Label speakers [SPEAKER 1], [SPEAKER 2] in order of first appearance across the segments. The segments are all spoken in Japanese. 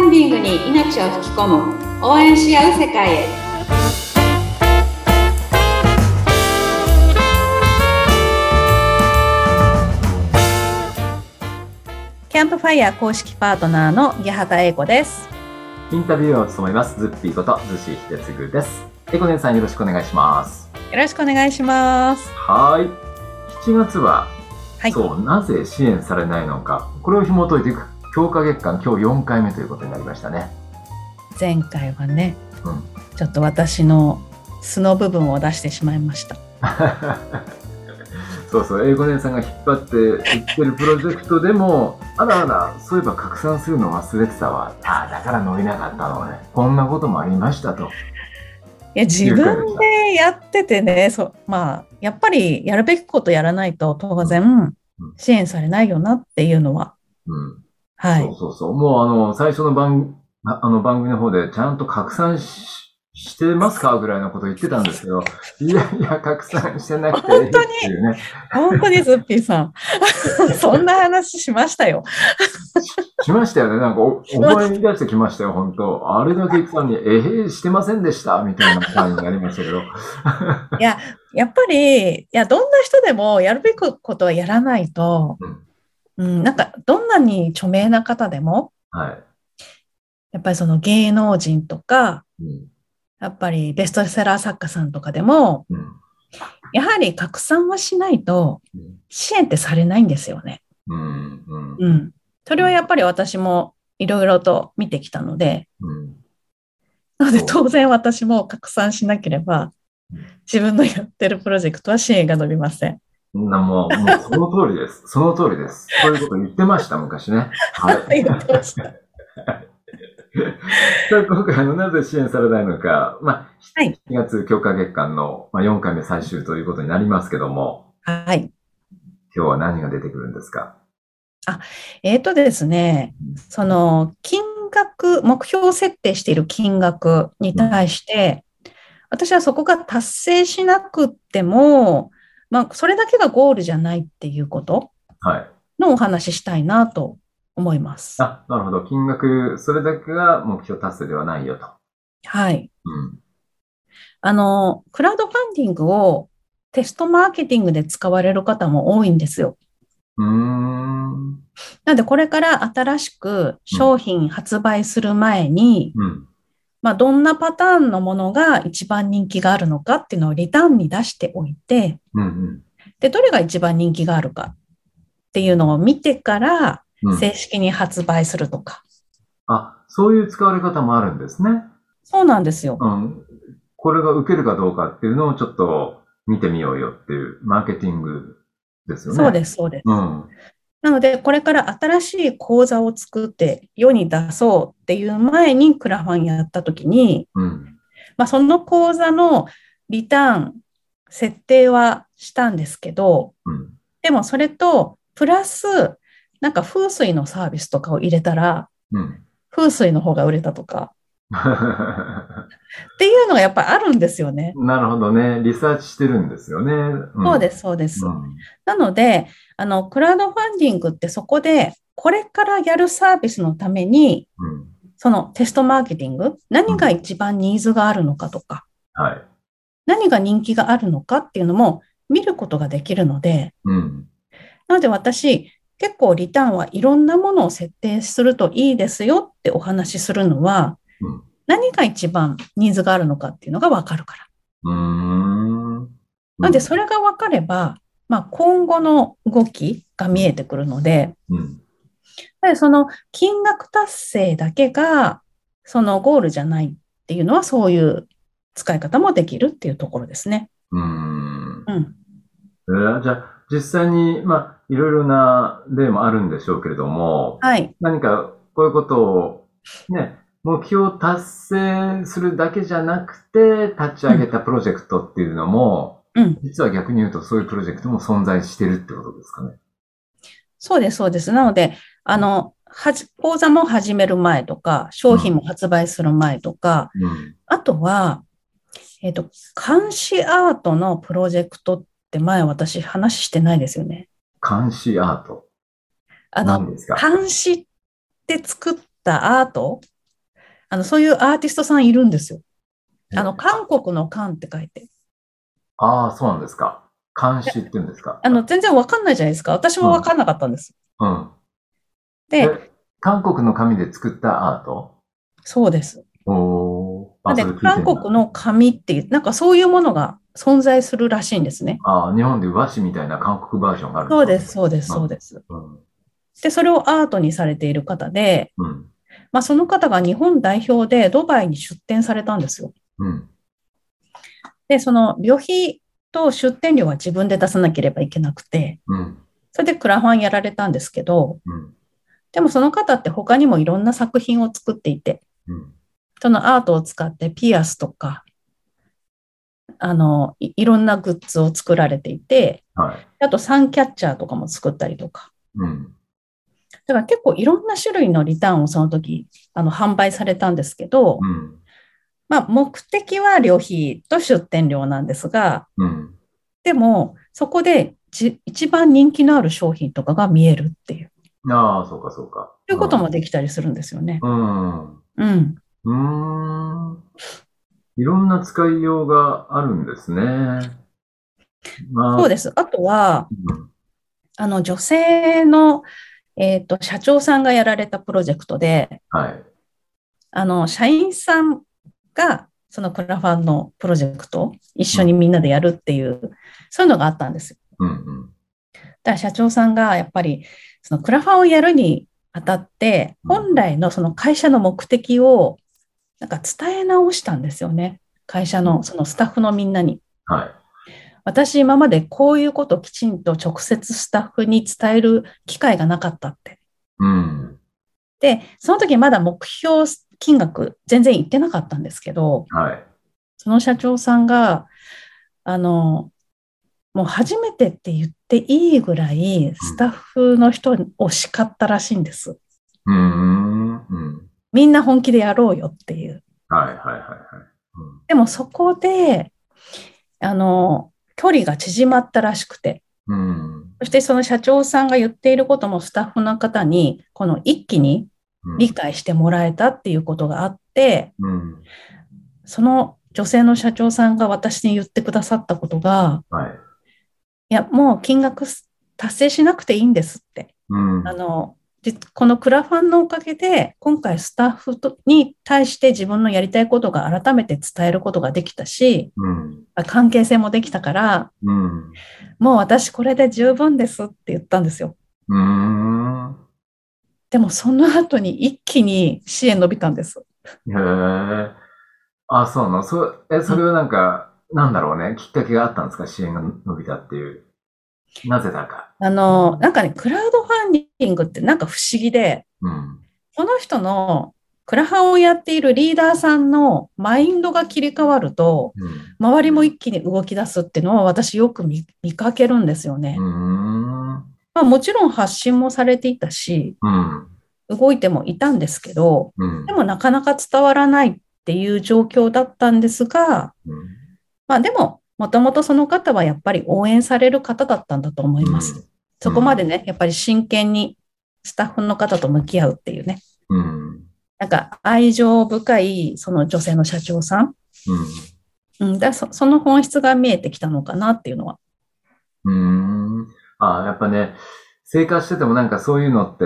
[SPEAKER 1] に命を吹き込む応援し合う世界へ
[SPEAKER 2] キャンプファイヤー公式パートナーの八幡英子です。
[SPEAKER 3] インタビューを務めます、ズッピーこと、ズシー秀次です。エコネンさんよろしくお願いします。
[SPEAKER 2] よろしくお願いします。
[SPEAKER 3] はい。7月は、
[SPEAKER 2] はい。
[SPEAKER 3] そう、なぜ支援されないのか、これを紐解いていく強化月間、今日4回目ということになりましたね。
[SPEAKER 2] 前回はね、
[SPEAKER 3] うん
[SPEAKER 2] ちょっと私の素の部分を出してしまいました。
[SPEAKER 3] そうそう、エコネンさんが引っ張っていってるプロジェクトでも、あらあら、そういえば拡散するの忘れてたわ。ああ、だから伸びなかったのね。こんなこともありましたと。
[SPEAKER 2] いや自分でやっててね、そうまあ、やっぱりやるべきことやらないと当然
[SPEAKER 3] うん
[SPEAKER 2] 支援されないよなっていうのは、
[SPEAKER 3] うん。
[SPEAKER 2] は
[SPEAKER 3] そう
[SPEAKER 2] い、
[SPEAKER 3] そうそう。もうあの、最初の番、ああの番組の方でちゃんと拡散ししてますかぐらいのこと言ってたんですけど、いやいや、拡散してなくていいっていうね。
[SPEAKER 2] 本当にズッピーさん、 そんな話しましたよ。
[SPEAKER 3] しましたよね。なんかお、思い出してきましたよ、本当あれだけ言ってたのに、えへしてませんでした、みたいな感じになりましたけど。
[SPEAKER 2] やっぱり、いや、どんな人でもやるべきことはやらないと、うん、なんか、どんなに著名な方でも、
[SPEAKER 3] はい。
[SPEAKER 2] やっぱりその芸能人とか、
[SPEAKER 3] うん。
[SPEAKER 2] やっぱりベストセラー作家さんとかでも、
[SPEAKER 3] うん。
[SPEAKER 2] やはり拡散はしないと
[SPEAKER 3] うん
[SPEAKER 2] 支援ってされないんですよね。
[SPEAKER 3] うん。うん。
[SPEAKER 2] うん。それはやっぱり私もいろいろと見てきたので、
[SPEAKER 3] うん。
[SPEAKER 2] なので
[SPEAKER 3] そう
[SPEAKER 2] 当然私も拡散しなければ
[SPEAKER 3] うん、
[SPEAKER 2] 自分のやってるプロジェクトは支援が伸びません。
[SPEAKER 3] そんなもう、もうその通りです。その通りです。そういうこと言ってました、昔ね。 はい。
[SPEAKER 2] 言ってました
[SPEAKER 3] さあ今回あのなぜ支援されないのか、まあ、
[SPEAKER 2] はい
[SPEAKER 3] 7月強化月間の、まあ、4回目最終ということになりますけども、
[SPEAKER 2] はい。
[SPEAKER 3] 今日は何が出てくるんですか
[SPEAKER 2] えっ、とですね、その金額、目標設定している金額に対して、私はそこが達成しなくっても、まあ、それだけがゴールじゃないっていうこと
[SPEAKER 3] はい。
[SPEAKER 2] のお話ししたいなと思います。
[SPEAKER 3] あ、なるほど。金額、それだけが目標達成ではないよと。
[SPEAKER 2] はい。
[SPEAKER 3] うん。
[SPEAKER 2] あの、クラウドファンディングをテストマーケティングで使われる方も多いんですよ。
[SPEAKER 3] うーん。
[SPEAKER 2] なので、これから新しく商品発売する前に、
[SPEAKER 3] うん。
[SPEAKER 2] まあ、どんなパターンのものが一番人気があるのかっていうのをリターンに出しておいて、
[SPEAKER 3] うん。
[SPEAKER 2] で、どれが一番人気があるかっていうのを見てから、
[SPEAKER 3] うん。うん。
[SPEAKER 2] 正式に発売するとか。
[SPEAKER 3] あ、そういう使われ方もあるんですね。
[SPEAKER 2] そうなんですよ。
[SPEAKER 3] うん。これが受けるかどうかっていうのをちょっと見てみようよっていう、マーケティングですよね。。
[SPEAKER 2] そうですす、そうです。
[SPEAKER 3] うん。
[SPEAKER 2] なので、これから新しい講座を作って世に出そうっていう前にクラファンやったときに、
[SPEAKER 3] うん。
[SPEAKER 2] まあ、その講座のリターン、設定はしたんですけど、
[SPEAKER 3] うん。
[SPEAKER 2] でもそれと、プラス、なんか風水のサービスとかを入れたら、
[SPEAKER 3] うん。
[SPEAKER 2] 風水の方が売れたとか、
[SPEAKER 3] な
[SPEAKER 2] っていうのがやっぱあるんですよね。
[SPEAKER 3] るほどね。リサーチしてるんですよね。ん
[SPEAKER 2] そうです、そうです。
[SPEAKER 3] うん
[SPEAKER 2] なので、あの、クラウドファンディングってそこで、これからやるサービスのために、
[SPEAKER 3] うん。
[SPEAKER 2] そのテストマーケティング、何が一番ニーズがあるのかとか、
[SPEAKER 3] はい。
[SPEAKER 2] 何が人気があるのかっていうのも見ることができるので、
[SPEAKER 3] うん。
[SPEAKER 2] なので私、結構リターンはいろんなものを設定するといいですよってお話しするのは、
[SPEAKER 3] うん
[SPEAKER 2] 何が一番ニーズがあるのかっていうのが分かるから。
[SPEAKER 3] うーん。
[SPEAKER 2] なんで、それが分かれば、まあ、今後の動きが見えてくるので、
[SPEAKER 3] うん。
[SPEAKER 2] やはりその金額達成だけが、そのゴールじゃないっていうのは、そういう使い方もできるっていうところですね。
[SPEAKER 3] うん。
[SPEAKER 2] うん。
[SPEAKER 3] えーじゃあ、実際に、まあ、いろいろな例もあるんでしょうけれども、
[SPEAKER 2] はい。
[SPEAKER 3] 何かこういうことを、ね、目標を達成するだけじゃなくて、立ち上げたプロジェクトっていうのも、
[SPEAKER 2] うん。
[SPEAKER 3] 実は逆に言うとそういうプロジェクトも存在してるってことですかね。
[SPEAKER 2] そうです、そうです。なので、あの、はじ、講座も始める前とか、商品も発売する前とか、
[SPEAKER 3] うん。
[SPEAKER 2] あとは、えっと、監視アートのプロジェクトって前私話してないですよね。
[SPEAKER 3] 監視アート。
[SPEAKER 2] あ
[SPEAKER 3] 何
[SPEAKER 2] の、
[SPEAKER 3] ですか
[SPEAKER 2] 監視って作ったアートあの、そういうアーティストさんいるんですよ。あの、
[SPEAKER 3] えー
[SPEAKER 2] 韓国の韓って書いて。
[SPEAKER 3] ああ、そうなんですか。監視って言うんですか。
[SPEAKER 2] あの、全然わかんないじゃないですか。私もわかんなかったんです。
[SPEAKER 3] うん。
[SPEAKER 2] で、
[SPEAKER 3] え韓国の紙で作ったアート
[SPEAKER 2] そうです。
[SPEAKER 3] おー。あ
[SPEAKER 2] で、
[SPEAKER 3] それ聞いてんだ
[SPEAKER 2] 韓国の紙っていう、なんかそういうものが存在するらしいんですね。
[SPEAKER 3] ああ、日本で和紙みたいな韓国バージョンがあるん
[SPEAKER 2] そうです、。そうです、そうです。
[SPEAKER 3] うん。
[SPEAKER 2] で、それをアートにされている方で、
[SPEAKER 3] うん。
[SPEAKER 2] まあ、その方が日本代表でドバイに出展されたんですよ。
[SPEAKER 3] うん。
[SPEAKER 2] で、その旅費と出店料は自分で出さなければいけなくて、
[SPEAKER 3] うん。
[SPEAKER 2] それでクラファンやられたんですけど、
[SPEAKER 3] うん。
[SPEAKER 2] でもその方って他にもいろんな作品を作っていて、
[SPEAKER 3] うん。
[SPEAKER 2] そのアートを使ってピアスとか、あの、いいろんなグッズを作られていて、
[SPEAKER 3] はい。
[SPEAKER 2] あとサンキャッチャーとかも作ったりとか。
[SPEAKER 3] うん。
[SPEAKER 2] だから結構いろんな種類のリターンをその時、あの、販売されたんですけど、
[SPEAKER 3] うん。
[SPEAKER 2] まあ、目的は旅費と出店料なんですが、
[SPEAKER 3] うん。
[SPEAKER 2] でも、そこでじ一番人気のある商品とかが見えるっていう、
[SPEAKER 3] ああ、そうか、そうか。
[SPEAKER 2] ということもできたりするんですよね。
[SPEAKER 3] うん。う
[SPEAKER 2] うん。
[SPEAKER 3] ーん。いろんな使いようがあるんですね。まあ、
[SPEAKER 2] そう
[SPEAKER 3] で
[SPEAKER 2] です。あとは、
[SPEAKER 3] す。
[SPEAKER 2] あの、女性の、えっ、と、社長さんがやられたプロジェクトで、
[SPEAKER 3] はい。
[SPEAKER 2] あの、社員さんが、そのクラファンのプロジェクトを一緒にみんなでやるっていう、そういうのがあったんですよ。
[SPEAKER 3] うんうん。
[SPEAKER 2] だから社長さんがやっぱり、そのクラファンをやるにあたって、本来のその会社の目的を、なんか伝え直したんですよね。会社の、そのスタッフのみんなに。
[SPEAKER 3] はい。
[SPEAKER 2] 私今までこういうことをきちんと直接スタッフに伝える機会がなかったって。
[SPEAKER 3] うん。
[SPEAKER 2] で、その時まだ目標金額全然言ってなかったんですけど、
[SPEAKER 3] はい。
[SPEAKER 2] その社長さんが、あの、もう初めてって言っていいぐらいスタッフの人を叱ったらしいんです。
[SPEAKER 3] うーん。うん。
[SPEAKER 2] みんな本気でやろうよっていう。
[SPEAKER 3] はい、はい、はい、はい。
[SPEAKER 2] でもそこで、あの、距離が縮まったらしくて、
[SPEAKER 3] うん。うん
[SPEAKER 2] そしてその社長さんが言っていることもスタッフの方に、この一気に
[SPEAKER 3] うん。
[SPEAKER 2] 理解してもらえたっていうことがあって、
[SPEAKER 3] うん。
[SPEAKER 2] その女性の社長さんが私に言ってくださったことが、
[SPEAKER 3] はい。
[SPEAKER 2] いや、もう金額す達成しなくていいんですって。
[SPEAKER 3] うん。
[SPEAKER 2] あの、じこのクラファンのおかげで、今回スタッフとに対して自分のやりたいことが改めて伝えることができたし、
[SPEAKER 3] うん。
[SPEAKER 2] 関係性もできたから、
[SPEAKER 3] うん。
[SPEAKER 2] もう私これで十分ですって言ったんですよ。
[SPEAKER 3] うーん。
[SPEAKER 2] でもその後に一気に支援伸びたんです。
[SPEAKER 3] へえ。あ、そうなの。そ、え、それはなんか、なんだろうね。きっかけがあったんですか支援が伸びたっていう。なぜだか。
[SPEAKER 2] あの、なんかね、クラウドファンディングってなんか不思議で、
[SPEAKER 3] うん。
[SPEAKER 2] この人のクラハンをやっているリーダーさんのマインドが切り替わると、
[SPEAKER 3] うん。
[SPEAKER 2] 周りも一気に動き出すっていうのは私よく見見かけるんですよね。
[SPEAKER 3] うん。
[SPEAKER 2] まあ、もちろん発信もされていたし、
[SPEAKER 3] うん。
[SPEAKER 2] 動いてもいたんですけど、
[SPEAKER 3] うん
[SPEAKER 2] で。もなかなか伝わらないっていう状況だったんですが、
[SPEAKER 3] うん
[SPEAKER 2] まあでも、もともとその方はやっぱり応援される方だったんだと思います。そこまでね、やっぱり真剣にスタッフの方と向き合うっていうね、
[SPEAKER 3] うん。うん。
[SPEAKER 2] なんか愛情深いその女性の社長さん、うん、だそその本質が見えてきたのかなっていうのは。
[SPEAKER 3] うん。うーん。あ、やっぱね、生活しててもなんかそういうのって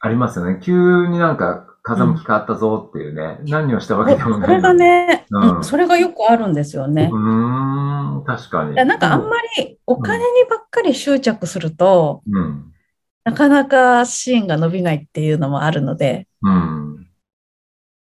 [SPEAKER 3] ありますよね。急になんか風向き変わったぞっていうね。何をしたわけでも
[SPEAKER 2] そ
[SPEAKER 3] ない。
[SPEAKER 2] れが。ね、
[SPEAKER 3] うん
[SPEAKER 2] うんそれがよくあるんですよね。
[SPEAKER 3] うーん。確かに。
[SPEAKER 2] いやなんかあんまりお金にばっかり執着すると、
[SPEAKER 3] うん。
[SPEAKER 2] なかなか支援が伸びないっていうのもあるので、
[SPEAKER 3] うん。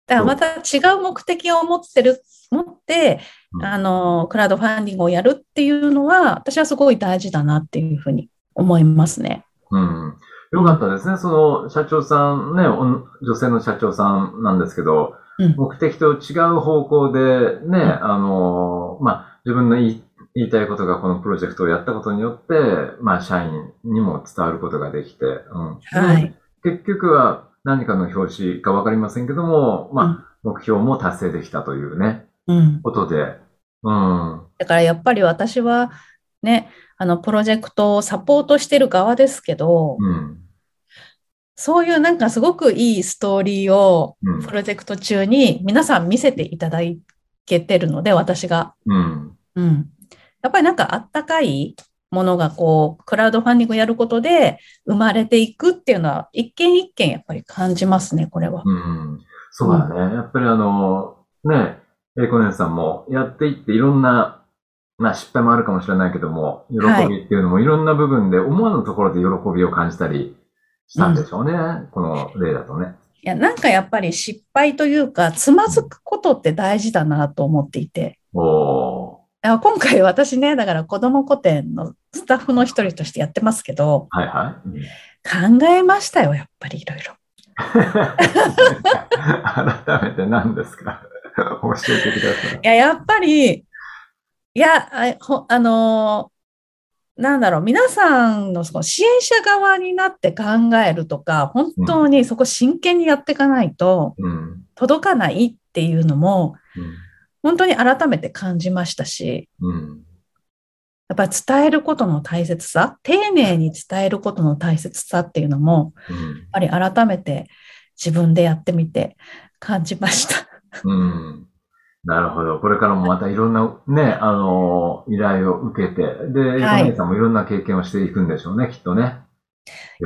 [SPEAKER 2] だからまた違う目的を持ってる、持って
[SPEAKER 3] う、ん
[SPEAKER 2] あの、クラウドファンディングをやるっていうのは、私はすごい大事だなっていうふうに思いますね。
[SPEAKER 3] うん。よかったですね。その社長さんね、おん女性の社長さんなんですけど、
[SPEAKER 2] うん
[SPEAKER 3] 目的と違う方向でね、あの、まあ、自分の言い言いたいことがこのプロジェクトをやったことによって、まあ、社員にも伝わることができて、うん。
[SPEAKER 2] はい。
[SPEAKER 3] で結局は何かの表紙かわかりませんけども、まあ、目標も達成できたというね、
[SPEAKER 2] うん。
[SPEAKER 3] ことで、うん。
[SPEAKER 2] だからやっぱり私は、ね、あの、プロジェクトをサポートしてる側ですけど、
[SPEAKER 3] うん。
[SPEAKER 2] そういうなんかすごくいいストーリーを
[SPEAKER 3] うん
[SPEAKER 2] プロジェクト中に皆さん見せていただけてるので、私が。
[SPEAKER 3] うん。
[SPEAKER 2] うん。やっぱりなんかあったかいものがこう、クラウドファンディングやることで生まれていくっていうのは、一件一件やっぱり感じますね、これは。
[SPEAKER 3] うん。そうだね。やっぱりあの、ね、エイコネンさんもやっていっていろんな、まあ失敗もあるかもしれないけども、喜
[SPEAKER 2] はい
[SPEAKER 3] びっていうのもいろんな部分で思わぬところで喜びを感じたりしたんでしょうね。この例だとね。
[SPEAKER 2] いや、なんかやっぱり失敗というか、つまずくことって大事だなと思っていて。
[SPEAKER 3] おー。
[SPEAKER 2] あ今回私ね、だから子供古典のスタッフの一人としてやってますけど、
[SPEAKER 3] はいはい。うん
[SPEAKER 2] 考えましたよ、やっぱりいろいろ。
[SPEAKER 3] 改めて何ですか 教えてください。
[SPEAKER 2] いや、やっぱり、いや、あほあのーなんだろう、皆さんのその支援者側になって考えるとか、本当にそこ真剣にやっていかないと
[SPEAKER 3] うん。
[SPEAKER 2] 届かないっていうのも、
[SPEAKER 3] うん
[SPEAKER 2] 本当に改めて感じましたし、
[SPEAKER 3] うん。
[SPEAKER 2] やっぱり伝えることの大切さ、丁寧に伝えることの大切さっていうのも、
[SPEAKER 3] うん
[SPEAKER 2] やっぱり改めて自分でやってみて感じました。
[SPEAKER 3] うん。なるほど。これからもまたいろんなね、あのー依頼を受けて、で、
[SPEAKER 2] はい
[SPEAKER 3] エイコ姉さんもいろんな経験をしていくんでしょうね、きっとね。。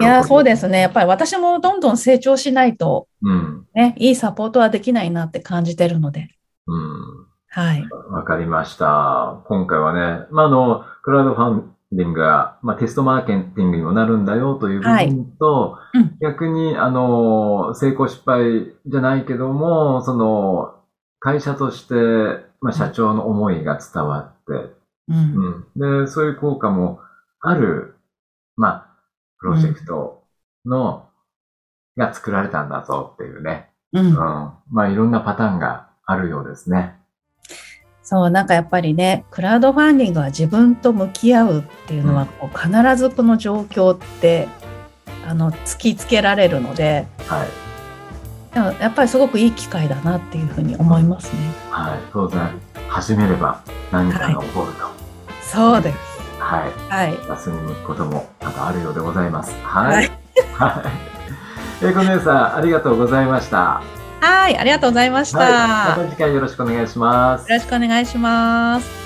[SPEAKER 2] いや、そうですすね。やっぱり私もどんどん成長しないと、
[SPEAKER 3] うん。
[SPEAKER 2] ね、いいサポートはできないなって感じてるので。
[SPEAKER 3] うん。
[SPEAKER 2] はい。
[SPEAKER 3] わかりました。今回はね、まあ、あの、クラウドファンディングが、まあ、テストマーケティングにもなるんだよという部
[SPEAKER 2] はい
[SPEAKER 3] 分と、
[SPEAKER 2] うん
[SPEAKER 3] 逆に、あの、成功失敗じゃないけども、その、会社として、まあ、社長の思いが伝わって、
[SPEAKER 2] うん。
[SPEAKER 3] うん。で、そういう効果もある、まあ、プロジェクトの、が作られたんだぞっていうね。
[SPEAKER 2] うん
[SPEAKER 3] うん。まあ、いろんなパターンがあるようですね。
[SPEAKER 2] そう、なんかやっぱりね、クラウドファンディングは自分と向き合うっていうのは、こう必ずこの状況って、あの、突きつけられるので、
[SPEAKER 3] はい。
[SPEAKER 2] でもやっぱりすごくいい機会だなっていうふうに思いますね。
[SPEAKER 3] はい。当然、始めれば何かが起こると。
[SPEAKER 2] そうです。
[SPEAKER 3] はい。
[SPEAKER 2] はい。
[SPEAKER 3] 休みに行くこともまたあるようでございます。は。
[SPEAKER 2] はい
[SPEAKER 3] はい。えー、このさん、ありがとうございました。
[SPEAKER 2] はい、ありがとうございました。
[SPEAKER 3] はい。また次回よろしくお願いします。
[SPEAKER 2] よろしくお願いします。